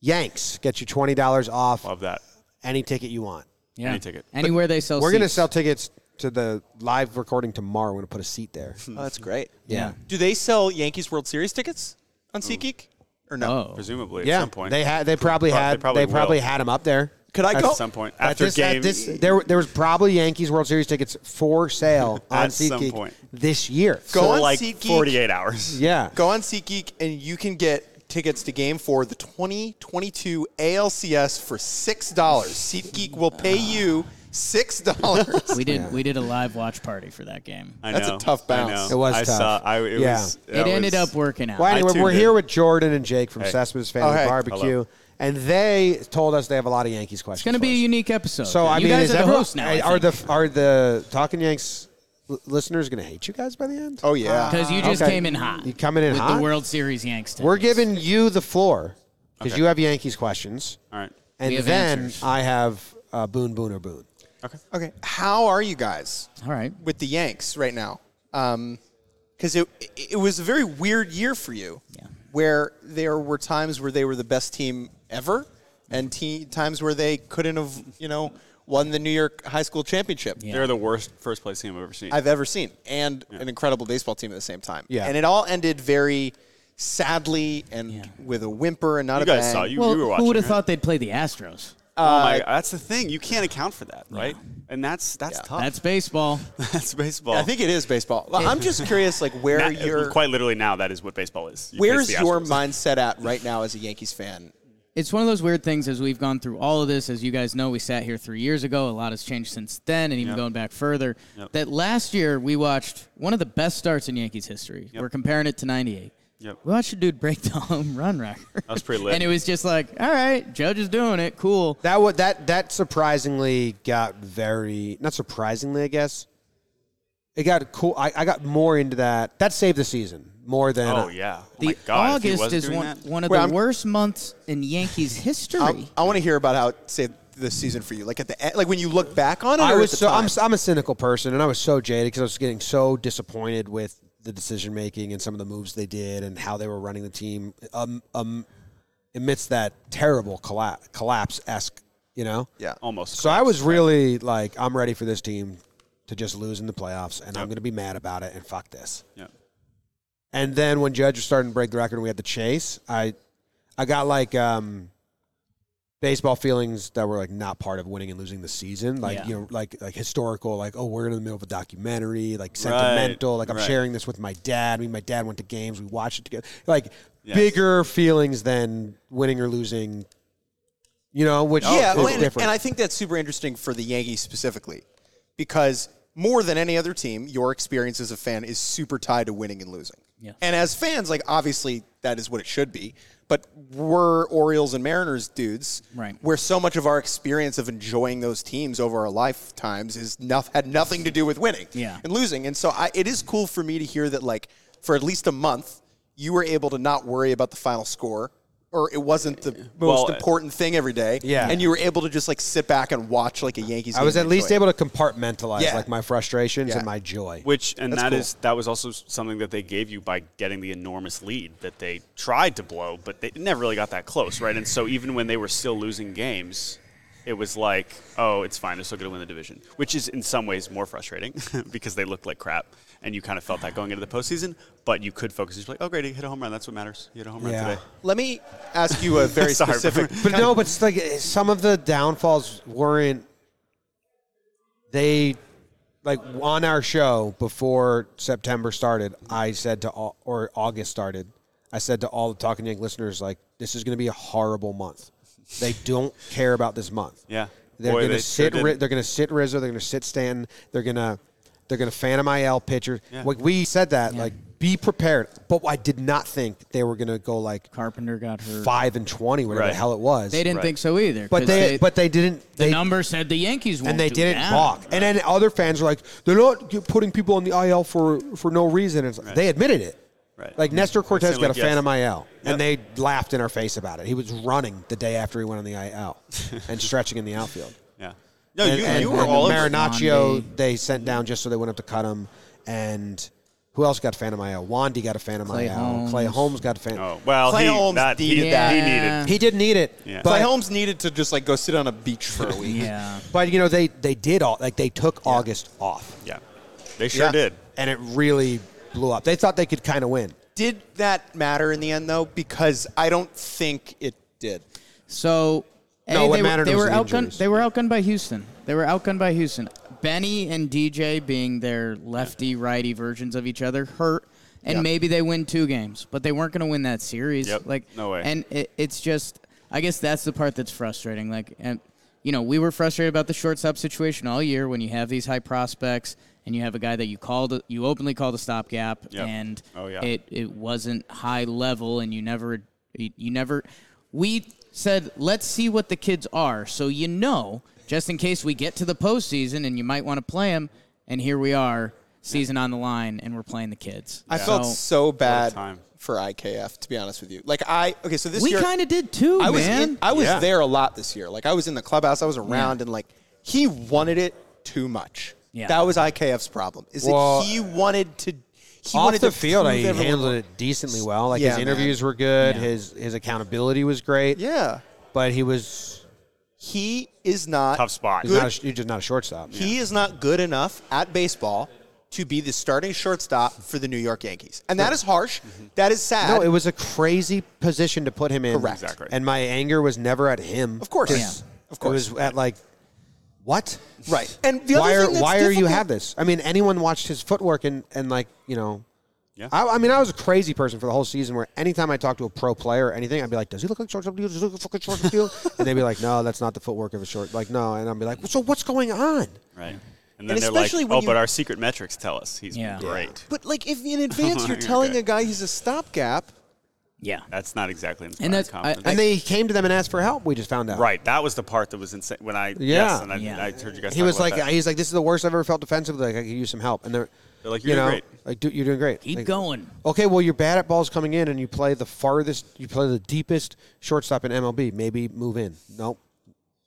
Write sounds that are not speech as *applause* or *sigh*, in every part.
Yanks gets you twenty dollars off Love that. any ticket you want. Yeah. Any ticket. Anywhere they sell We're gonna seats. sell tickets to the live recording tomorrow. We're gonna put a seat there. Hmm. Oh, that's great. Yeah, Do they sell Yankees World Series tickets on SeatGeek? Or no? Oh. Presumably yeah. at some point. They had. They probably Pro- they had. They probably probably, will. had them up there. Could I At go? at some point At after this, at game. this- there, there was probably Yankees World Series tickets for sale on *laughs* At some SeatGeek point. this year. Go for on like SeatGeek. 48 hours. yeah, *laughs* Go on SeatGeek and you can get tickets to game for the 2022 ALCS for $6. SeatGeek will pay you *laughs* $6. We did. We did a live watch party for that game. I That's a know, tough I know. bounce. It was I tough. Saw, I, it Yeah. was, that it ended was- up working out. Well, anyway, tuned we're in. here with Jordan and Jake from Hey. Sesame Family Oh, hey. Barbecue, Hello. and they told us they have a lot of Yankees questions. it's going to be a for us. unique episode. So I you mean, guys is are the everyone- host now. I Are the are the Talking Yanks l- listeners going to hate you guys by the end? Oh, yeah. because you just Okay. came in hot. You coming in with hot? the World Series Yanks. We're tickets. giving you the floor because Okay. you have Yankees questions, All right. and We have then answers. I have uh, Boone Boone or Boone. Okay. How are you guys? All right. with the Yanks right now, because it it was a very weird year for you, Yeah. where there were times where they were the best team ever, and te- times where they couldn't have you know won the New York High School Championship They're the worst first place team I've ever seen. I've ever seen, and an incredible baseball team at the same time. Yeah. and it all ended very sadly and with a whimper and not you a guys bang. saw you. Well, you were watching. who would have right? thought they'd play the Astros? oh my God. That's the thing. You can't account for that, right? And that's that's tough. That's baseball. *laughs* that's baseball. *laughs* I think it is baseball. Well, *laughs* I'm just curious, like where Na- your quite literally now that is what baseball is. You where's face the your Astros. mindset at right now as a Yankees fan? it's one of those weird things as we've gone through all of this. As you guys know, we sat here three years ago. A lot has changed since then, and even Yep. going back further. Yep. That last year, we watched one of the best starts in Yankees history. We're comparing it to 98. Yep. We watched a dude break the home run record. That was pretty *laughs* lit. and it was just like, all right, Judge is doing it. Cool. That would that that surprisingly got very not surprisingly, I guess. It got cool. I, I got more into that. That saved the season more than Oh yeah. Oh, The my God, if he August wasn't is doing one, that- one of Well, the I'm- worst months in *laughs* Yankees history. I, I want to hear about how it saved the season for you. Like at the end, like when you look back on it. I or was at the so time? I'm, I'm a cynical person, and I was so jaded because I was getting so disappointed with the decision making and some of the moves they did and how they were running the team um, um, amidst that terrible collapse collapse esque, you know. yeah. almost. So I was really like, I'm ready for this team to just lose in the playoffs, and I'm going to be mad about it and fuck this. Yeah. And then when Judge was starting to break the record, and we had the chase. I, I got like um, baseball feelings that were like not part of winning and losing the season. Like Yeah. you know, like like historical. Like oh, we're in the middle of a documentary. Like sentimental. like I'm right. sharing this with my dad. Me and my dad went to games. We watched it together. Like Yes. bigger feelings than winning or losing. You know, which yeah, is well, and, different. and I think that's super interesting for the Yankees specifically, because more than any other team, your experience as a fan is super tied to winning and losing. Yeah. And as fans, like obviously that is what it should be, but we're Orioles and Mariners dudes, Right. Where so much of our experience of enjoying those teams over our lifetimes is noth- had nothing to do with winning, Yeah. and losing. And so I, it is cool for me to hear that like for at least a month, you were able to not worry about the final score, or it wasn't the most Well, uh, important thing every day. Yeah. and you were able to just like sit back and watch like a Yankees. I was game at and least enjoy it. able to compartmentalize Yeah. like my frustrations Yeah. and my joy. Which and That's that cool. is that was also something that they gave you by getting the enormous lead that they tried to blow, but they never really got that close, right? And so even when they were still losing games, it was like, oh, it's fine, they're still going to win the division, which is in some ways more frustrating *laughs* because they looked like crap, and you kind of felt that going into the postseason. But you could focus. You're like, oh, great, he hit a home run. That's what matters. You hit a home Yeah. run today. Let me ask *laughs* you a very Sorry, specific. But no, but it's like eh, some of the downfalls weren't they like on our show before September started. I said to all or August started. I said to all the Talking Yank listeners, like this is going to be a horrible month. They don't care about this month. Yeah. they're Boy, going they to sure sit. Ri- didn't. they're going to sit Rizzo. They're going to sit Stanton. They're going to they're going to Phantom IL pitchers. Like we said that. Like be prepared. But I did not think that they were going to go like Carpenter got hurt. five and twenty, whatever Right. the hell it was. They didn't Right. think so either. But 'cause they, but they didn't the they number said the Yankees won't and they do didn't that. balk. And then other fans were like, they're not g- putting people on the IL for for no reason. It's like, They admitted it. Right. Like Nestor Cortez Saying, got like, a yes. phantom IL, and they laughed in our face about it. He was running the day after he went on the IL and stretching in the outfield. Yeah. No, and, you, and- you were and all over. it. Marinaccio. Wandy. They sent down just so they wouldn't have to cut him. And who else got phantom IL? Wandy got a phantom Clay IL. Holmes. Clay Holmes got a phantom. Oh well, Clay he, Holmes that, he, needed that. he Yeah. needed. He did need it, Yeah. but Clay Holmes needed to just like go sit on a beach for *laughs* a week. Yeah. but you know they they did all like they took August off. Yeah, they sure Yeah. did. And it really blew up. They thought they could kind of win. Did that matter in the end though? Because I don't think it did. So A, No, what they, were- mattered they was were the outgunned. injuries. They were outgunned by Houston. They were outgunned by Houston. Benny and DJ, being their lefty righty versions of each other, hurt, and maybe they win two games, but they weren't going to win that series. Yep. Like No way. And it, it's just, I guess that's the part that's frustrating. Like, and you know, we were frustrated about the shortstop situation all year when you have these high prospects. And you have a guy that you called, you openly called a stopgap, Yep. and Oh, yeah. it it wasn't high level and you never you, you never we said let's see what the kids are so you know just in case we get to the postseason and you might want to play them and here we are season on the line and we're playing the kids I felt so bad time. for IKF to be honest with you. Like I okay, so this we year kind of did too I was man in, I was Yeah. there a lot this year. Like I was in the clubhouse, I was around, and like he wanted it too much. Yeah. That was IKF's problem. Is Well, that he wanted to he Off wanted the to field, prove he everyone handled wrong. it decently well. Like Yeah, his man. interviews were good. Yeah. His his accountability was great. Yeah. But he was He is not Tough spot. he's Good. not a, sh- he's just not a shortstop. He is not good enough at baseball to be the starting shortstop for the New York Yankees. And that is harsh. That is sad. Mm-hmm. No, it was a crazy position to put him in. Correct. Exactly. And my anger was never at him. Of course. Just- Yeah. Of course. It was at like what? right. And the why other are thing that's why are you difficult- have this? I mean, anyone watched his footwork and and like you know, Yeah. I, I mean, I was a crazy person for the whole season. Where anytime I talked to a pro player or anything, I'd be like, "Does he look like shortstop field? Does he look like fucking shortstop field?" and they'd be like, "No, that's not the footwork of a short." Like, no, and I'd be like, well, "So what's going on?" Right. And And then they're especially like, when oh, you- but our secret metrics tell us he's Yeah. great. But like *laughs* if in advance you're Okay. telling a guy he's a stopgap, yeah That's not exactly inspiring And that's- I- confidence. And they came to them and asked for help. We just found out. right. That was the part that was insane. When I, yeah. Yeah. yes, and I, Yeah. I heard you guys He talk was about like, that. he's like, this is the worst I've ever felt defensively. Like, I could use some help. And they're, They're like, you "You're doing know, great." Like, dude, you're doing great. Keep Like, going. Okay, well, you're bad at balls coming in, and you play the farthest, you play the deepest shortstop in MLB. Maybe move in. Nope,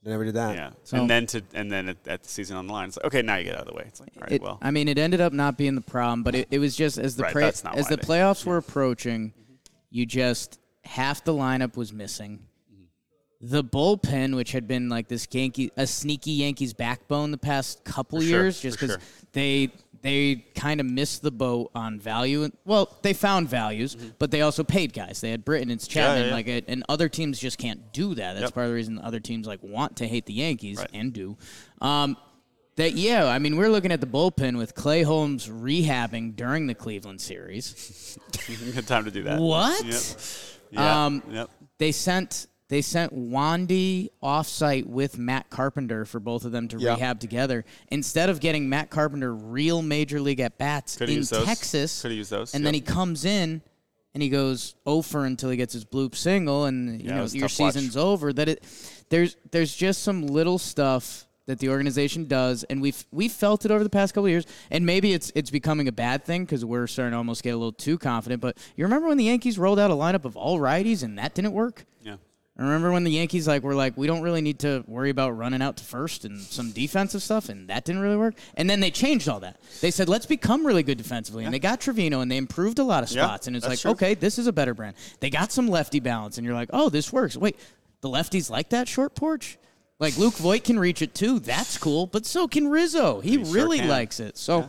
They never did that. yeah. So- and then to, and then at, at the season on the line, it's like, okay, now you get out of the way. It's like, all right, It- well, *laughs* I mean, it ended up not being the problem, but it, it was just as the Right, pra- that's not as why the they- playoffs were approaching, you just half the lineup was missing. The bullpen, which had been like this Yankee, a sneaky Yankees backbone the past couple sure, years, just for because sure. they they kind of missed the boat on value. Well, they found values, but they also paid guys. They had Britain and Chapman, Mm-hmm. yeah. like, uh, and other teams just can't do that. That's Yep. part of the reason other teams like want to hate the Yankees Right. and do. Um, that yeah, I mean we're looking at the bullpen with Clay Holmes rehabbing during the Cleveland series. good time to do that. What? Yep. Yeah. Um, yep. They sent they sent Wandy offsite with Matt Carpenter for both of them to Yeah. rehab together instead of getting Matt Carpenter real major league at bats Coulda in used those. Texas. Coulda used those, And then he yep. comes in and he goes over until he gets his bloop single and you Yeah, it know was a your tough watch. season's over. That it there's there's just some little stuff that the organization does, and we've we felt it over the past couple of years, and maybe it's it's becoming a bad thing because we're starting to almost get a little too confident. But you remember when the Yankees rolled out a lineup of all righties and that didn't work? Yeah. I remember when the Yankees like were like, we don't really need to worry about running out to first and some defensive stuff, and that didn't really work. And then they changed all that. They said, let's become really good defensively, and they got Trevino, and they improved a lot of Yeah, spots. and it's that's like, true. okay, this is a better brand. They got some lefty balance, and you're like, oh, this works. Wait, the lefties like that short porch. Like Luke Voigt can reach it too. That's cool, but so can Rizzo. He, sure really can. likes it. So,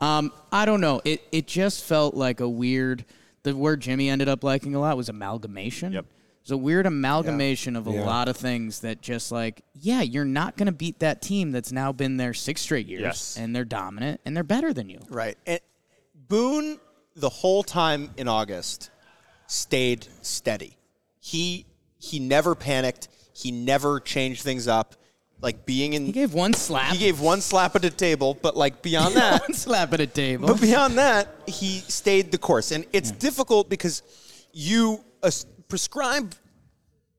um, I don't know. It it just felt like a weird. The word Jimmy ended up liking a lot was amalgamation. Yep. It's a weird amalgamation of a Yeah. lot of things that just like, yeah, you're not going to beat that team that's now been there six straight years Yes. and they're dominant and they're better than you. Right. And Boone, the whole time in August, stayed steady. He he never panicked. He never changed things up. Like being in, He gave one slap, he gave one slap at a table, but like beyond *laughs* that, one slap at a table. But beyond that, he stayed the course. And it's difficult because you uh, prescribe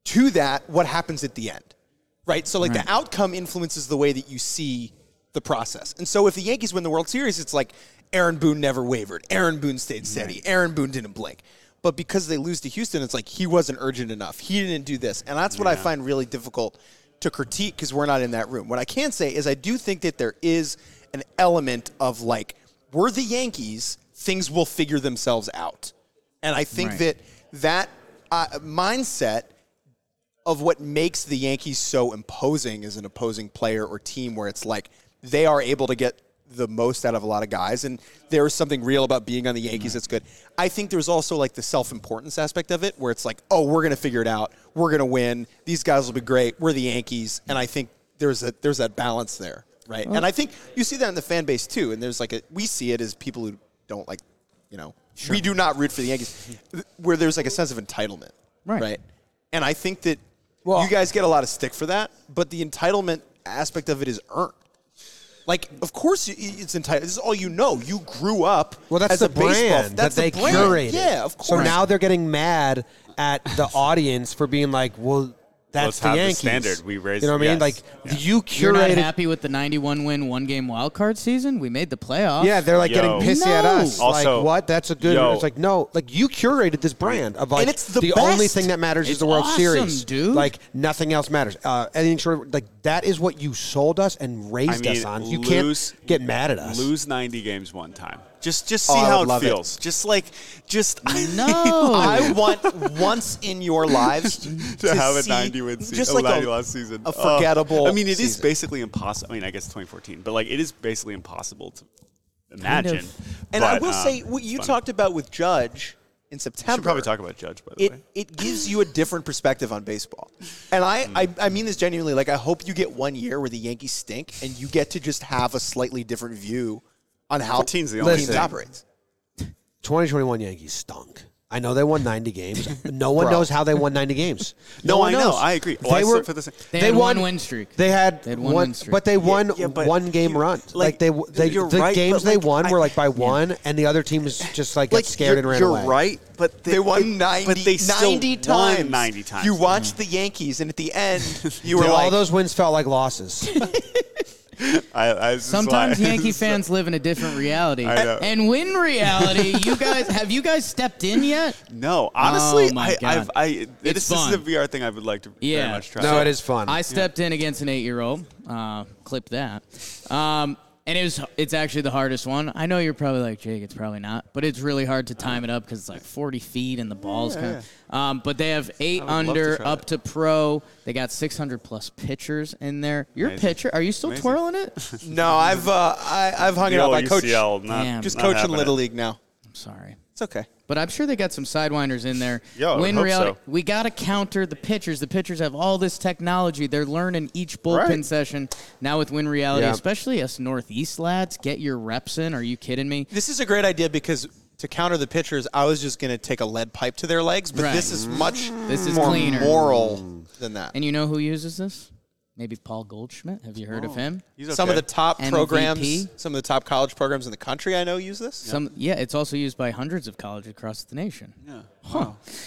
to that what happens at the end, right? So, like, the outcome influences the way that you see the process. And so, if the Yankees win the World Series, it's like Aaron Boone never wavered, Aaron Boone stayed steady, Aaron Boone didn't blink. But because they lose to Houston, it's like he wasn't urgent enough. He didn't do this. And that's what I find really difficult to critique because we're not in that room. What I can say is I do think that there is an element of like, we're the Yankees, things will figure themselves out. And I think Right. that that uh, mindset of what makes the Yankees so imposing as an opposing player or team, where it's like they are able to get the most out of a lot of guys, and there is something real about being on the Yankees that's good. I think there's also like the self importance aspect of it, where it's like, oh, we're gonna figure it out, we're gonna win, these guys will be great, we're the Yankees, and I think there's a there's that balance there, right? and I think you see that in the fan base too, and there's like a we see it as people who don't like, you know, we do not root for the Yankees, where there's like a sense of entitlement, Right. right? And I think that Well- you guys get a lot of stick for that, but the entitlement aspect of it is earned. Like, of course, you- it's entitled. This is all you know. You grew up. Well, that's as the a baseball- brand That's that the they brand. curated. Yeah, of course. So now they're getting mad at the *laughs* audience for being like, "Well, that's Let's have the the Yankees." standard. We raised- You know what I mean? yes. Like Yeah. you You're not curated. happy with the 91 win, one game wild card season? We made the playoffs. Yeah, they're like Yo. getting pissy at No. us. Also- like, what? That's a good. Yo. It's like no, like you curated this brand of like And it's the only best. thing that matters is It's the World awesome, Series, dude. Like nothing else matters. Uh, anything short, like that is what you sold us and raised us on. You can't get mad at us. Oh, Lose 90 games one time. Just just see I would how it love it. feels. Just like *laughs* just No. I want once in your lives to, *laughs* to have a see 90 win season. just oh, like 90 a, loss season. a Oh. forgettable. I mean, it is season. basically impossible. I mean, I guess 2014, but like it is basically impossible to imagine. And I But, will um, say, what you funny. talked about with Judge in We September. should probably talk about Judge, by the it way. it gives you a different perspective on baseball. And I, I I mean this genuinely. Like I hope you get one year where the Yankees stink and you get to just have a slightly different view on how Fourteen's the only teams thing. operates. 2021 Yankees stunk. I know they won 90 *laughs* games. No one Bro. knows how they won 90 games. No, No, one I know. knows. I agree. Oh, I they said were for the same- They had one win streak. They had, They had one one, win streak. but they won yeah, but one game you- run. like, Like, they, they you're the right, games but, they like, won were I- like by one, and the other team *laughs* was just like, got scared you're, and ran you're away. right, but they, They won won 90, 90 times. times. 90 times. Hmm. You watched the Yankees, and at the end, you Dude, were all like, those wins felt like *laughs* losses. I, I, this is why- *laughs* Sometimes Yankee this is- fans live in a different reality. I know. And win reality, you guys have you guys stepped in yet? No, honestly, Oh, my I, God. I've, I, it is, It's this is a fun. VR thing I would like to Yeah. very much try. no, it is fun. I stepped in against an eight-year-old. Uh, clip that. Um, and it was it's actually the hardest one. I know you're probably like Jake. It's probably not, but it's really hard to time it up because it's like 40 feet and the balls kind of. Um, but they have eight would love to under try up that. to pro. They got 600 plus pitchers in there. Your Amazing. pitcher? Are you still Amazing. twirling it? *laughs* "No, I've uh, I, I've hung it The up. old I coach, UCL, not, Damn. just not coaching happening. little league now. I'm sorry. It's okay. But I'm sure they got some sidewinders in there. Yeah, I would Win hope reality, so. we got to counter the pitchers. The pitchers have all this technology. They're learning each bullpen Right. session now with win reality, Yeah. especially us Northeast lads. Get your reps in. Are you kidding me? This is a great idea because to counter the pitchers, I was just going to take a lead pipe to their legs, but Right. this is much This is more cleaner. moral than that. And you know who uses this? Maybe Paul Goldschmidt. Have you heard Oh. of him? He's okay. Some of the top MVP. programs, some of the top college programs in the country, I know use this. Some yeah, it's also used by hundreds of colleges across the nation. Yeah.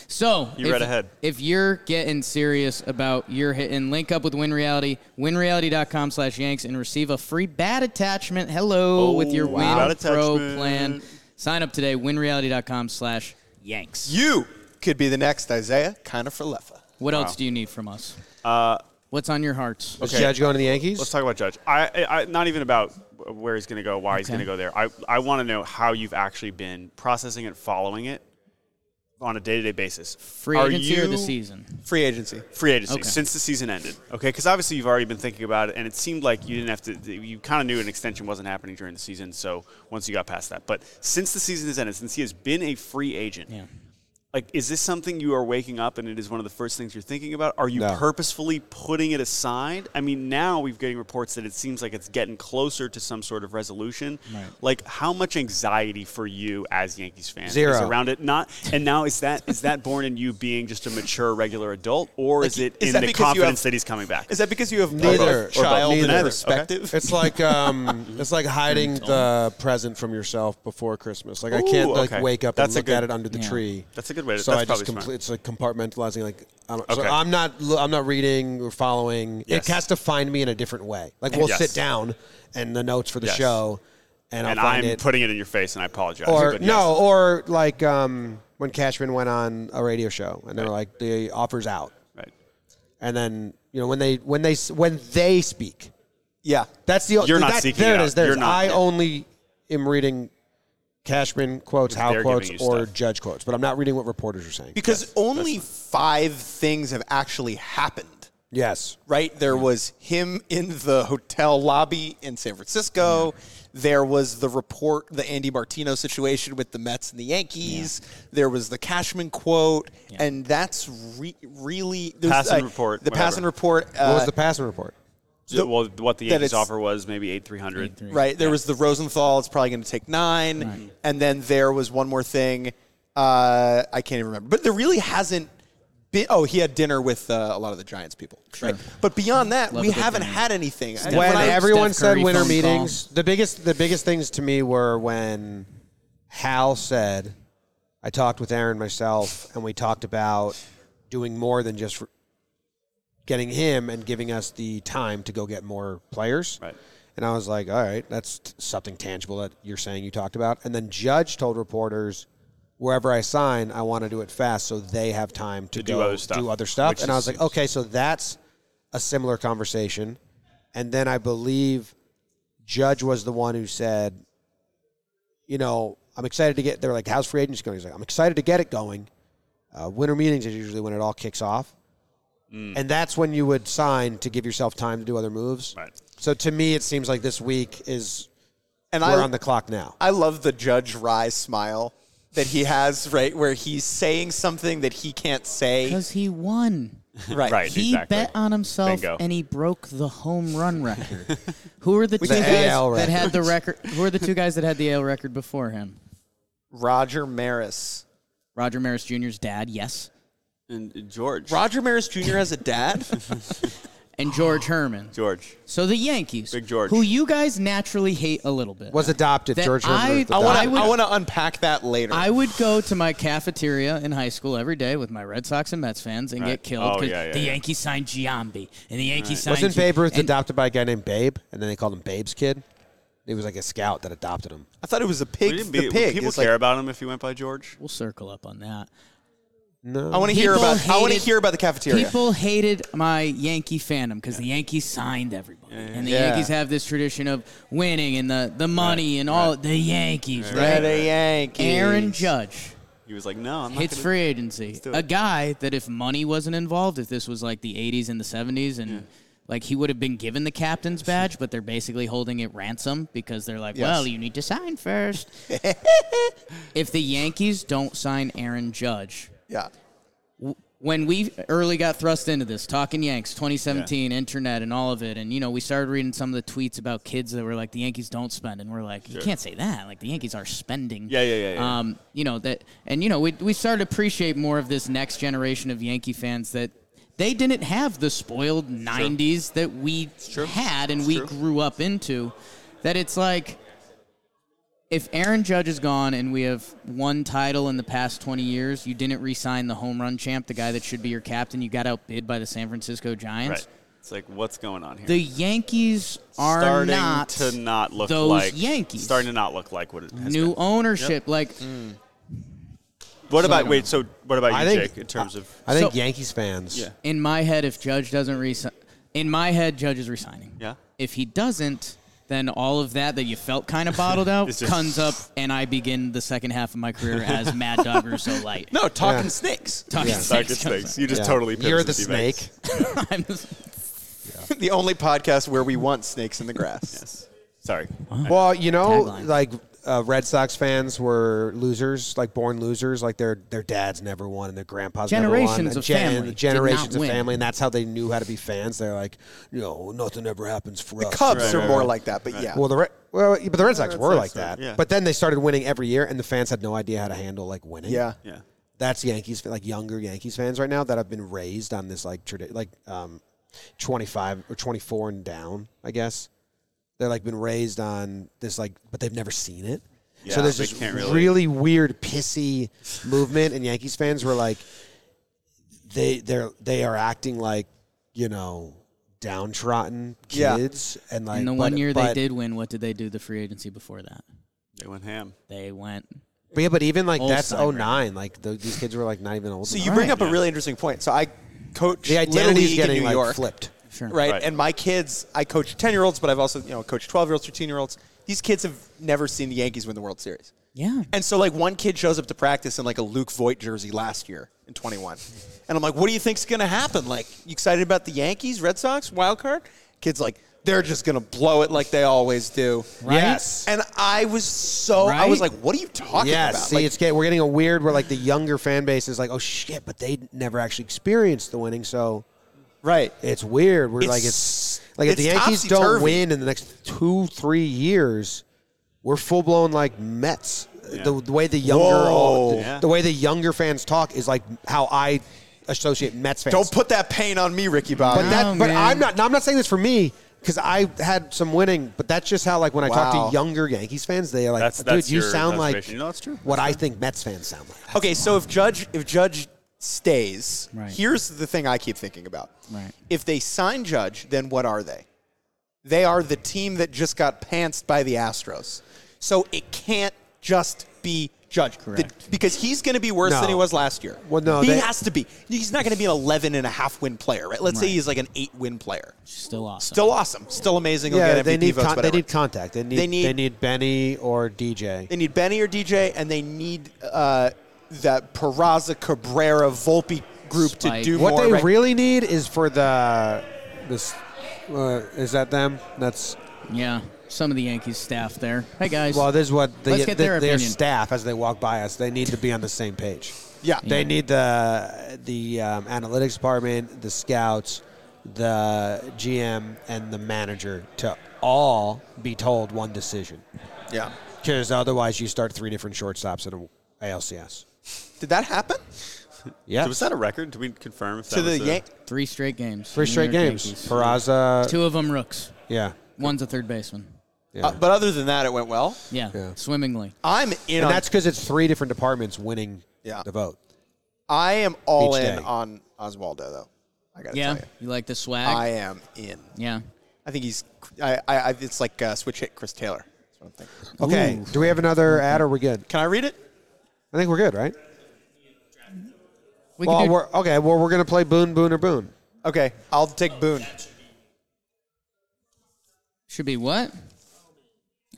So You if, read ahead. If you're getting serious about your hit and link up with Win Reality, winreality.com slash Yanks and receive a free bat attachment. Hello Oh, with your wow. Win Bat Pro attachment. plan. Sign up today, winreality.com slash Yanks. You could be the next Isaiah Connifer-Leffa. What else do you need from us? Uh, What's on your hearts? Is Judge going to the Yankees? Let's talk about Judge. I, I, I not even about where he's going to go, why he's Okay. going to go there. I, I want to know how you've actually been processing it, following it on a day to day basis. Free Are agency or the you- season? Free agency. Free agency Okay. since the season ended. Okay, because obviously you've already been thinking about it, and it seemed like you didn't have to. You kind of knew an extension wasn't happening during the season, so once you got past that, but since the season has ended, since he has been a free agent, Yeah. like is this something you are waking up and it is one of the first things you're thinking about are you No. purposefully putting it aside i mean now we've getting reports that it seems like it's getting closer to some sort of resolution like how much anxiety for you as yankees fans Zero. is around it not and now is that is that born in you being just a mature regular adult or is it is in that the because you have- confidence that he's coming back Is that because you have Neither. neither child Neither. and Okay. perspective? It's like um, it's like hiding the present from yourself before Christmas. Like I can't Ooh, like okay. wake up That's a and look good- at it under the yeah. tree. That's a good way to- So that's I just probably smart. it's like compartmentalizing. Like I don't, Okay. so I'm not lo- I'm not reading or following. Yes. It has to find me in a different way. Like we'll Yes. sit down and the notes for the Yes. show, and, and I'll find i'm it. putting it in your face and i apologize or but yes. no, or like um, when Cashman went on a radio show and they're like the offer's out, right and then you know when they when they s- when they speak. yeah. That's the You're not that, seeking there it it out. is. There it You're is. not- I yeah. only am reading Cashman quotes, Howe they're quotes, giving you or stuff. judge quotes, but I'm not reading what reporters are saying. Because only five things have actually happened. Yes. right? There was him in the hotel lobby in San Francisco. There was the report, the Andy Martino situation with the Mets and the Yankees. There was the Cashman quote, and that's re- really there's, Pass and report, The pass whatever. and report. Uh, What was the passing report? the- well what the that yankees it's- offer was maybe 8300 right? There was the Rosenthal. It's probably going to take nine, and then there was one more thing. Uh, I can't even remember, but there really hasn't been. Oh, he had dinner with uh, a lot of the Giants people, right? But beyond that, we a good haven't dinner. had anything. And when I- everyone Steph said Curry winter phone meetings, the biggest the biggest things to me were when Hal said, "I talked with Aaron myself, and we talked about doing more than just re- getting him and giving us the time to go get more players." Right. And I was like, "All right, that's t- something tangible that you're saying you talked about." And then Judge told reporters. Wherever I sign, I want to do it fast so they have time to, To do go other stuff, do other stuff. which And I was is- like, okay, so that's a similar conversation. And then I believe Judge was the one who said, you know, I'm excited to get, they're like, how's free agency going? He's like, I'm excited to get it going. Uh, winter meetings is usually when it all kicks off. Mm. And that's when you would sign to give yourself time to do other moves. Right. So to me, it seems like this week is, and we're I, on the clock now. I love the Judge Rye smile that he has, right? Where he's saying something that he can't say. Because he won. *laughs* Right. Right. He Exactly. bet on himself Bingo. and he broke the home run record. who are the two The guys AL that had record. the record? Who are the two guys that had the AL record before him? Roger Maris. Roger Maris Jr.'s dad, yes, and george Roger Maris Jr. has a dad. and George Herman. george So the Yankees, Big George. who you guys naturally hate a little bit. Was adopted. That George I- Herbert. was I wanna- *laughs* I adopted. would- want to unpack that later. I would go to my cafeteria in high school every day with my Red Sox and Mets fans and get Right. killed Oh, 'cause yeah, yeah, the yeah. Yankees signed Giambi and the Yankees signed. Wasn't Babe Ruth and- adopted by a guy named Babe, and then they called him Babe's kid? He was like a scout that adopted him. I thought it was a Would pig. it be- The would pig. people is like- care about him if he went by george We'll circle up on that. No, I want to hear People about. I want to hated- hear about the cafeteria. People hated my Yankee fandom because the Yankees signed everybody, and the Yeah. Yankees have this tradition of winning and the, the money and all the Yankees, They're right? the Yankees. Aaron Judge he was like no i'm not hits gonna- free agency. do it. A guy that if money wasn't involved, if this was like the '80s and the '70s, and like he would have been given the captain's badge, but they're basically holding it ransom because they're like, Yes. well, you need to sign *laughs* first. if the Yankees don't sign Aaron Judge, Yeah. when we early got thrust into this talking yanks 2017 internet and all of it and you know we started reading some of the tweets about kids that were like the yankees don't spend and we're like you can't say that like the yankees are spending Yeah, yeah, yeah, yeah. um you know that and you know we, we started to appreciate more of this next generation of yankee fans that They didn't have the spoiled 90s that we had and we grew up into. That it's like if Aaron Judge is gone and we have one title in the past 20 years, you didn't re-sign the home run champ, the guy that should be your captain, you got outbid by the San Francisco Giants. Right. It's like what's going on here? The Yankees are starting not to not look those like Yankees. Starting to not look like what it has new been. Mm. ownership. Like What about wait? So what about you, I think Jake? In terms I, of I think So- Yankees fans. Yeah. in my head, if Judge doesn't resign, in my head, Judge is resigning. Yeah. If he doesn't, then all of that that you felt kind of bottled out *laughs* It's just- comes up, and I begin the second half of my career as Mad Dog Russo *laughs* Light. No, talking snakes. Talking Sorry, snakes good comes snakes. You just Yeah. totally You're pivot the to snake. *laughs* D-backs. up. *laughs* I'm just- *laughs* the only podcast where we want snakes in the grass. Yes. Sorry. Well, you know, Tagline. like uh, Red Sox fans were losers, like born losers. Like their their dads never won and their grandpas never won. Generations and of and family did generations not of win. family, and that's how they knew how to be fans. They're like, you know, nothing ever happens for us. Cubs Right, are right, more right. like that, but yeah. Well, the Red, well, but the Red Sox Red were like Sox were, that. yeah. But then they started winning every year, and the fans had no idea how to handle like winning. yeah. Yeah. that's Yankees like younger Yankees fans right now that have been raised on this like tradi- like um, twenty five or twenty four and down. I guess they're like been raised on this like, but they've never seen it. Yeah, so there's they this can't really, really- weird pissy movement, and Yankees fans were like, they they're they are acting like you know downtrodden Yeah. kids, and like in the but- one year they but- did win, what did they do the free agency before that? They went ham. They went But yeah, but even like Old that's style, right? 09. Like the, these kids were like not even old. So enough. you bring up a really interesting point. So I coach the Little identity League is in getting New like York. flipped. right? Right. And my kids, I coach 10 year olds, but I've also, you know, coached 12 year olds, 13 year olds. These kids have never seen the Yankees win the World Series. Yeah. And so, like, one kid shows up to practice in, like, a Luke Voigt jersey last year in 21. And I'm like, what do you think's going to happen? Like, you excited about the Yankees, Red Sox, wild card? Kid's like, they're just going to blow it like they always do. Right? Yes. And I was so, I was like, what are you talking Yeah, about? see, Like, it's get, we're getting a weird where like the younger fan base is like, oh shit, but they never actually experienced the winning, so right. it's weird. We're It's- like it's like if it's the Yankees don't topsy-turvy. win in the next two three years, we're full blown like Mets. The, the way the younger Whoa. the, way the younger fans talk is like how I associate Mets fans. Don't put Oh, that pain on me, Ricky Bobby. but that, No, but man. I'm not. no, I'm not saying this for me. Because I had some winning, but that's just how like when I talk Wow. to younger Yankees fans, they are like, That's- "Dude, that's you your sound like observation. No, that's true. what I think Mets fans sound like." Okay, so if Judge if Judge stays, Right. here's the thing I keep thinking about. Right. If they sign Judge, then what are they? They are the team that just got pantsed by the Astros. So it can't just be Judge. The- Correct. because he's going to be worse No. than he was last year. Well, no, he they- has to be. He's not going to be an 11 and a half win player, right? Let's say Right. he's like an 8 win player. still awesome. Still awesome. Still amazing. He'll Yeah, get MVP they need votes, con- they whatever. need contact. They need, They they need- need Benny or DJ. They need Benny or DJ, and they need uh, that Peraza Cabrera Volpe group Spike. to do what more. they right? really need is for the this uh, is that them? That's yeah, some of the Yankees staff there. Hey guys. well, this is what they, Let's get their their opinion. staff as they walk by us. They need to be on the same page. yeah, They need the the um, analytics department, the scouts, the GM, and the manager to all be told one decision. yeah. Because otherwise, you start three different shortstops in a ALCS. Did that happen Yeah, So was that a record? Did we confirm if that to was the a- Yankees? three straight games. Three straight New York games. Yankees. Peraza. Two of them rooks. Yeah. One's a third baseman. yeah. Uh, but other than that, it went well. Yeah, Yeah. swimmingly. I'm in. and On, that's because it's three different departments winning Yeah. the vote. I am all Each in day. on Oswaldo, though. I gotta Yeah, tell you, you like the swag. I am in. yeah, I think he's. I. I. I it's like uh, switch hit Chris Taylor. That's what I'm thinking. Okay. Do we have another ad or we're good? Can I read it? I think we're good, right? we well, could do we're, okay. Well, we're going to play Boone, Boone, or Boone. Okay, I'll take Boone. should be what?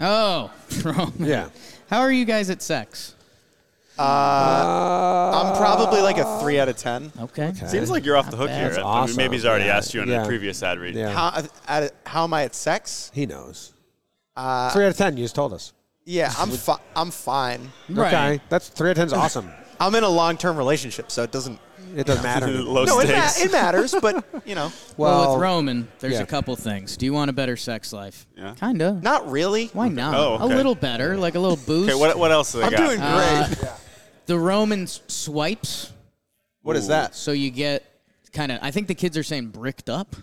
Oh, *laughs* Roman. Yeah. How are you guys at sex? I'm probably like a three out of ten. Okay. Seems like you're off the hook bad. here. That's I mean, awesome. maybe he's already Yeah. asked you in Yeah. a previous ad read. *laughs* Yeah. How, at, how am I at sex? He knows. three out of ten. You just told us. Yeah, I'm fi- I'm fine. Right. Okay. That's three out of ten. Is awesome. I'm in a long-term relationship, so it doesn't. It doesn't matter. *laughs* Low No, it, ma- stakes. it matters, *laughs* but you know, Well, well, with Roman, there's yeah. a couple things. Do you want a better sex life? Yeah. Kinda. not really. Why not? Oh, okay. A little better, like a little boost. Okay, what, what else do they I'm got? doing great. The Roman s- swipes. what is that? So you get kind of. I think the kids are saying bricked up.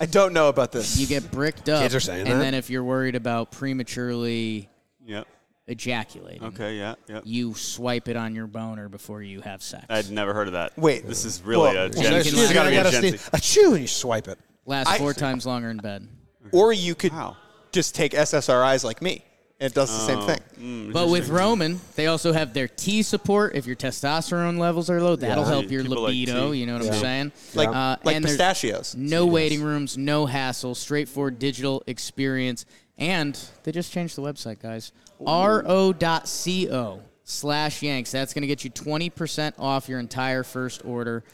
I don't know about this. You get bricked up. Kids are saying and that? then if you're worried about prematurely Yep. ejaculating, Okay. Yeah. Yeah. you swipe it on your boner before you have sex. I'd never heard of that. Wait. This is really a Well, Yeah, Gen there's- Z. can This has lie. got to be I a gotta Gen Z. sneeze. Achoo, and you swipe it. Last I- four times longer in bed. Or you could Wow. just take SSRIs like me. and It does the same thing. But with Roman, they also have their T support. If your testosterone levels are low, that'll Yeah. help your People like libido. tea. you know what I'm saying? Like Uh, like and there's pistachios. No waiting rooms, no hassle, straightforward digital experience. And they just changed the website, guys. ro.co slash Yanks. That's going to get you 20% off your entire first order.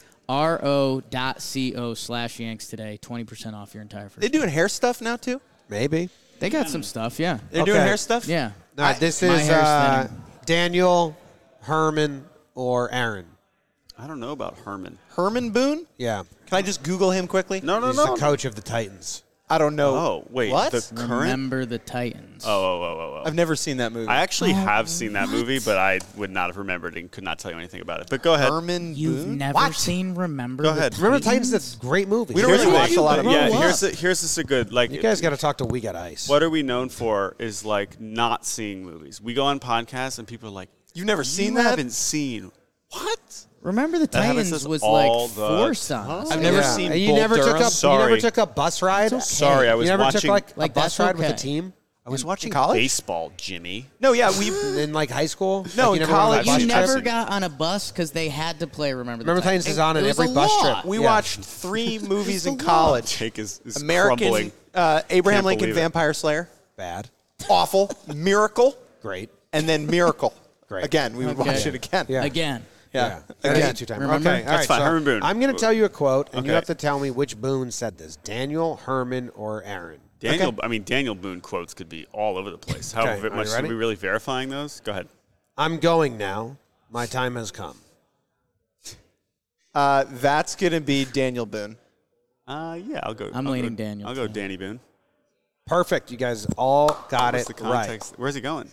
ro.co slash Yanks today. 20% off your entire first They're doing hair stuff now too. Maybe. They got some stuff, yeah. They're doing Okay. hair stuff. Yeah. No, this my is hair's uh, Daniel, Herman, or Aaron. I don't know about Herman. Herman Boone. Yeah. Can I just Google him quickly? No, no, He's no. the coach of the Titans. I don't know. Oh, wait. What? The current. Remember the Titans. Oh, oh, oh, oh, oh. I've never seen that movie. I actually have seen that movie, but I would not have remembered and could not tell you anything about it. But go ahead. Herman You've Boone. never seen Remember Go the ahead. Remember Titans? the Titans? That's a great movie. We don't really watch a lot of Yeah, movies. here's a, here's this a good like. You guys got to talk to We Got Ice. what are we known for? Is like not seeing movies. We go on podcasts and people are like, You've never seen "You that? haven't seen what?" Remember the That happens Titans to was all like the force on us. I've never Yeah. seen. And You Bull never Durham. took up. You never Sorry. tok a bus ride. okay. Sorry, I was you never watching. took like, Like, a bus that's ride with a okay. team. I was watching college? baseball, Jimmy. No, yeah, we. in like high school. No, like, in never went on college, that You bus never trip? got on a bus because they had to play Remember the Remember the Titans. Titans is on It in was every a bus law. trip. We Yeah. watched three movies in college. Jake is, is American crumbling. uh, Abraham Can't Lincoln believe it. Vampire Slayer. bad. Awful. *laughs* Miracle. Great. And then Miracle. Great. Again, we would Okay. watch it again. Yeah. Again. Yeah. Yeah. Again. Two times. Remember? Okay, all That's right, fine. so Herman Boone. I'm going to tell you a quote, and you Okay. have to tell me which Boone said this: Daniel, Herman, or Aaron. Daniel, I mean Daniel Boone quotes could be all over the place. How Okay, are you much are ready? we really verifying those? Go ahead. I'm going now. My time has come. Uh, that's going to be Daniel Boone. Uh, yeah, I'll go. I'm I'll leaning go, Daniel, I'll go too. Danny Boone. Perfect. You guys all got What's it the right. context? Where's he going?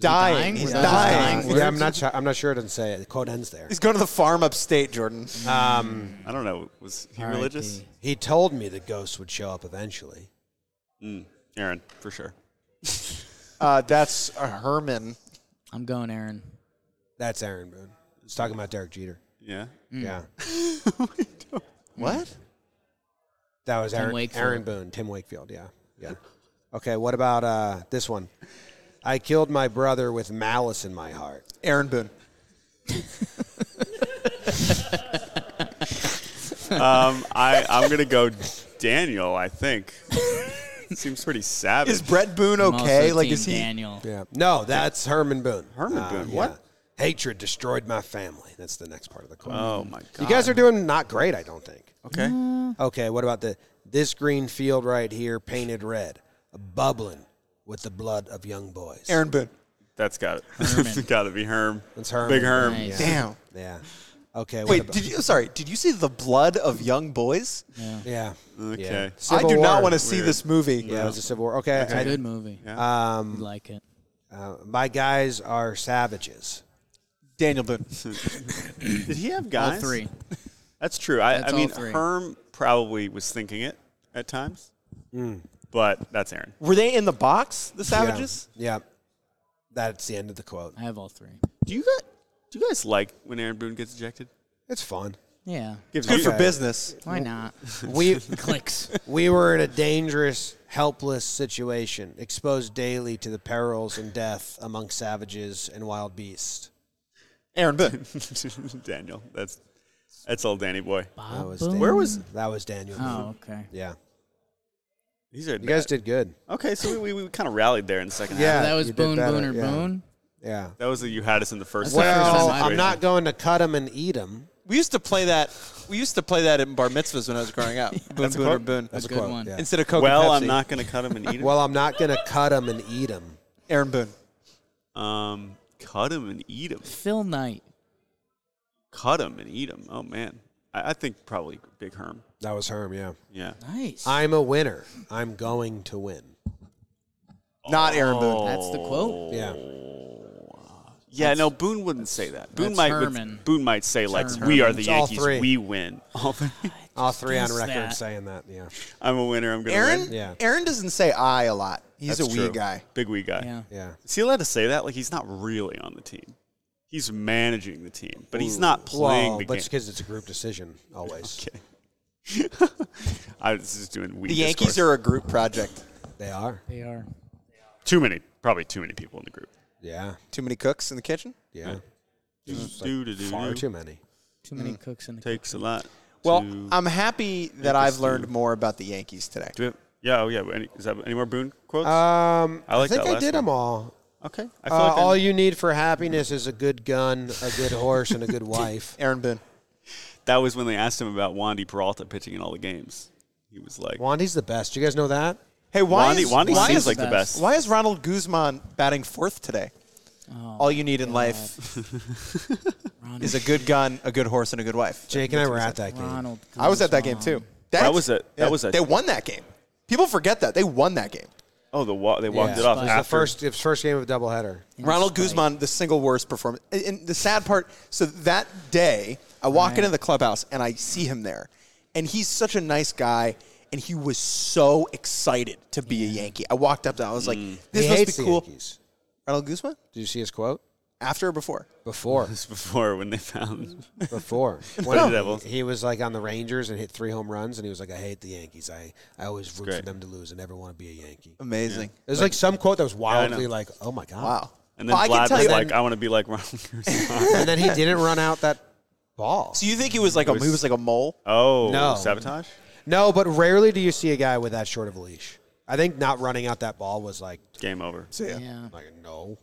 Dying. dying? He's Were those dying. dying Yeah, I'm not. Sure, I'm not sure. It doesn't say it. The quote ends *laughs* there. He's going to the farm upstate, Jordan. Um, I don't know. Was he religious? he told me the ghosts would show up eventually. Aaron, for sure. Uh, that's a Herman. I'm going, Aaron. That's Aaron Boone. He's talking about Derek Jeter. Yeah. Mm. Yeah, What? that was Aaron, Wakefield. Aaron Boone. Tim Wakefield. Yeah, yeah. Okay, what about uh, this one? I killed my brother with malice in my heart. Aaron Boone. Um, *laughs* I I'm gonna go Daniel. I think seems pretty savage. Is Brett Boone I'm okay? also Like, team is he? Daniel? Yeah. No, that's Herman Boone. Uh, Herman Boone, what? Hatred destroyed my family. That's the next part of the quote. oh my god. you guys are doing not great, I don't think. okay. Okay, what about the this green field right here painted red, bubbling with the blood of young boys. Aaron Boone. That's got it. That's *laughs* got to be Herm. That's Herman. Big Herm. Nice. Damn. Yeah. Okay. what Wait, about- did you? Sorry, did you see the blood of young boys? Yeah. Okay. I do not want to to. see this movie. Yeah, it was a civil war. Okay. It's a I- good movie. Um, like it. uh, my guys are savages. Daniel Boone. Did he have All guys? three. That's true. I, That's I all mean, three. Herm probably was thinking it at times, Hmm. but that's Aaron. Were they in the box, the Yeah. Savages? Yeah. That's the end of the quote. I have all three. Do you guys, do you guys like when Aaron Boone gets ejected? It's fun. Yeah. Gives Good you- for business. Why not? We Clicks. *laughs* We were in a dangerous, helpless situation, exposed daily to the perils and death among savages and wild beasts. Aaron Boone. *laughs* Daniel. That's that's old Danny boy. Ah, That was Boom. Dan- Where was- that was Daniel? Oh, Boone. okay. Yeah, These are you guys did good. okay. So we, we, we kind of rallied there in the second half. Yeah, that was you did Boone, better, Boone, or yeah. Boone. Yeah. That was the you had us in the first. That's the half first Well, time I'm situation. not going to cut him and eat him. We used to play that. We used to play that at bar mitzvahs when I was growing up. Boone, Boone, or Boone. That's a good quote, one. yeah. Instead of Coke Well, and Pepsi. I'm not going to cut him and eat him. Well, I'm not going to cut him and eat him. Aaron Boone. um, cut him and eat him. Phil Knight. Cut him and eat him. Oh man, I, I think probably Big Herm. That was Herm. Yeah. Yeah. Nice. I'm a winner. I'm going to win. Not Aaron Boone. That's the quote. Yeah. Yeah, no, Boone wouldn't say that. Boone that's might would- Herman. Boone might say like, Herman. "We are the It's all Yankees. three. We win. All three. All three on record that. saying that. Yeah. *laughs* I'm a winner. I'm gonna Aaron, win." Yeah. Aaron doesn't say I a lot. He's That's a true. we guy. Big we guy. Yeah. Yeah. Is he allowed to say that? Like he's not really on the team. He's managing the team, but he's not playing Well, the but game. it's because it's a group decision always. *laughs* I was just doing weak The Yankees discourse. are a group project. They are. They are. too many, probably too many people in the group. Yeah. Too many cooks in the kitchen. Yeah. Do-do-do-do. Far too many. Too many cooks in the Takes a lot. Well, to- I'm happy that I've learned more about the Yankees today. do we have, yeah, oh yeah. Any, is that any more Boone quotes? Um, I like I think that I last did one. them all. okay, I feel Uh, like all I- you need for happiness is a good gun, a good horse, and a *laughs* good wife. Aaron Boone. that was when they asked him about Wandy Peralta pitching in all the games. He was like, Wandy's the best. You guys know that? Hey, why Wandy, is, Wandy why seems is, like the best. why is Ronald Guzman batting fourth today? Oh All you need in life *laughs* is a good gun, a good horse, and a good wife. Jake and I were at that game. Ronald. I was at that game Guzman. too. That was a- that was a- They won that game. People forget that they won that game. Oh, the wa- they walked Yeah. it off was after. the first, it was first game of a doubleheader. Ronald Guzman, the single worst performance. And- And the sad part, so that day, I walk into the clubhouse and I see him there. And he's such a nice guy. And he was so excited to be a Yankee. I walked up to him. I was like, Mm. this he hates must be the cool. Yankees. Ronald Guzman? Did you see his quote? After or before? *laughs* Before, *laughs* before when they found *laughs* before. Blue he- Devils. He, was like on the Rangers and hit three home runs, and he was like, "I hate the Yankees. I, I always root for Great. them to lose. I never want to be a Yankee." It Amazing. was like some quote that was I know. wildly like, "Oh my god!" Wow. And then Well, I can Vlad tell was you- like, "I want to be like Ronald Guzman." *laughs* And then he didn't run out that ball. So you think he was like a he was like a mole? oh, No. sabotage. No, but rarely do you see a guy with that short of a leash. I think not running out that ball was like, Game over. Yeah. like no.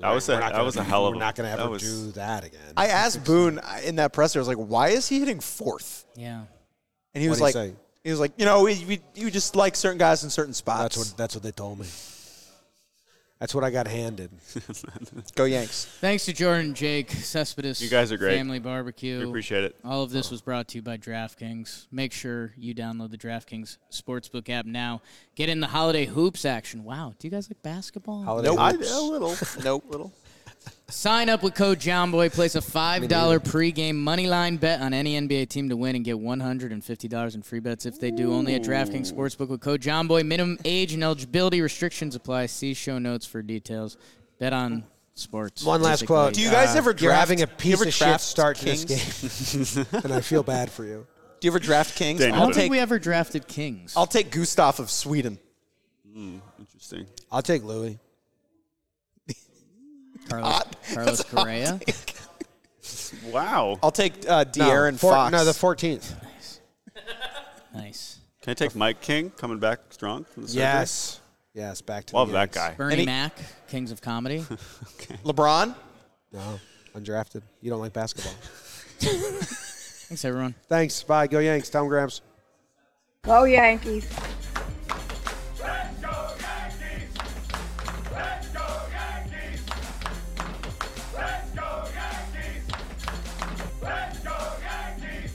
That was a- We're not that gonna- was a hell of We're a- not going that to ever was- do that again. I asked Boone uh, in that presser, I was like, why is he hitting fourth? Yeah. And he was What'd he like, say? he was like, you know, we, we, you just like certain guys in certain spots. that's what that's what they told me. That's what I got handed. *laughs* Go Yanks. Thanks to Jordan, Jake, Cespedes. You guys are great. Family barbecue. We appreciate it. All of this was brought to you by DraftKings. Make sure you download the DraftKings Sportsbook app now. Get in the holiday hoops action. Wow, do you guys like basketball? Holiday Nope. I, a hoops. little. *laughs* nope. Little. Sign up with code JOHNBOY. Place a $5 pregame moneyline bet on any NBA team to win and get $150 in free bets if they do. Only at DraftKings Sportsbook with code JOHNBOY. Minimum age and eligibility restrictions apply. See show notes for details. Bet on sports. *laughs* One last Basically, quote. Uh, Do you guys ever You're draft- having a do you piece ever of shit draft start Kings? this game, *laughs* and I feel bad for you. Do you ever draft Kings? Daniel I don't I'll did. think take we ever drafted Kings. I'll take Gustav of Sweden. *laughs* Interesting. I'll take Louis. Carlos, *laughs* Carlos Correa. Wow. I'll take uh, De'Aaron four- Fox. No, the fourteenth. Nice. Can I take Mike King coming back strong from the surgery? Yes, yes. Back to the Love that Yanks. guy. Bernie Any- Mac, Kings of Comedy. LeBron. No, undrafted. You don't like basketball. Thanks, everyone. Thanks. Bye. Go Yanks. Tom Grams. Go Yankees. Let's go Yankees! Let's go Yankees! Let's go Yankees! Let's go Yankees!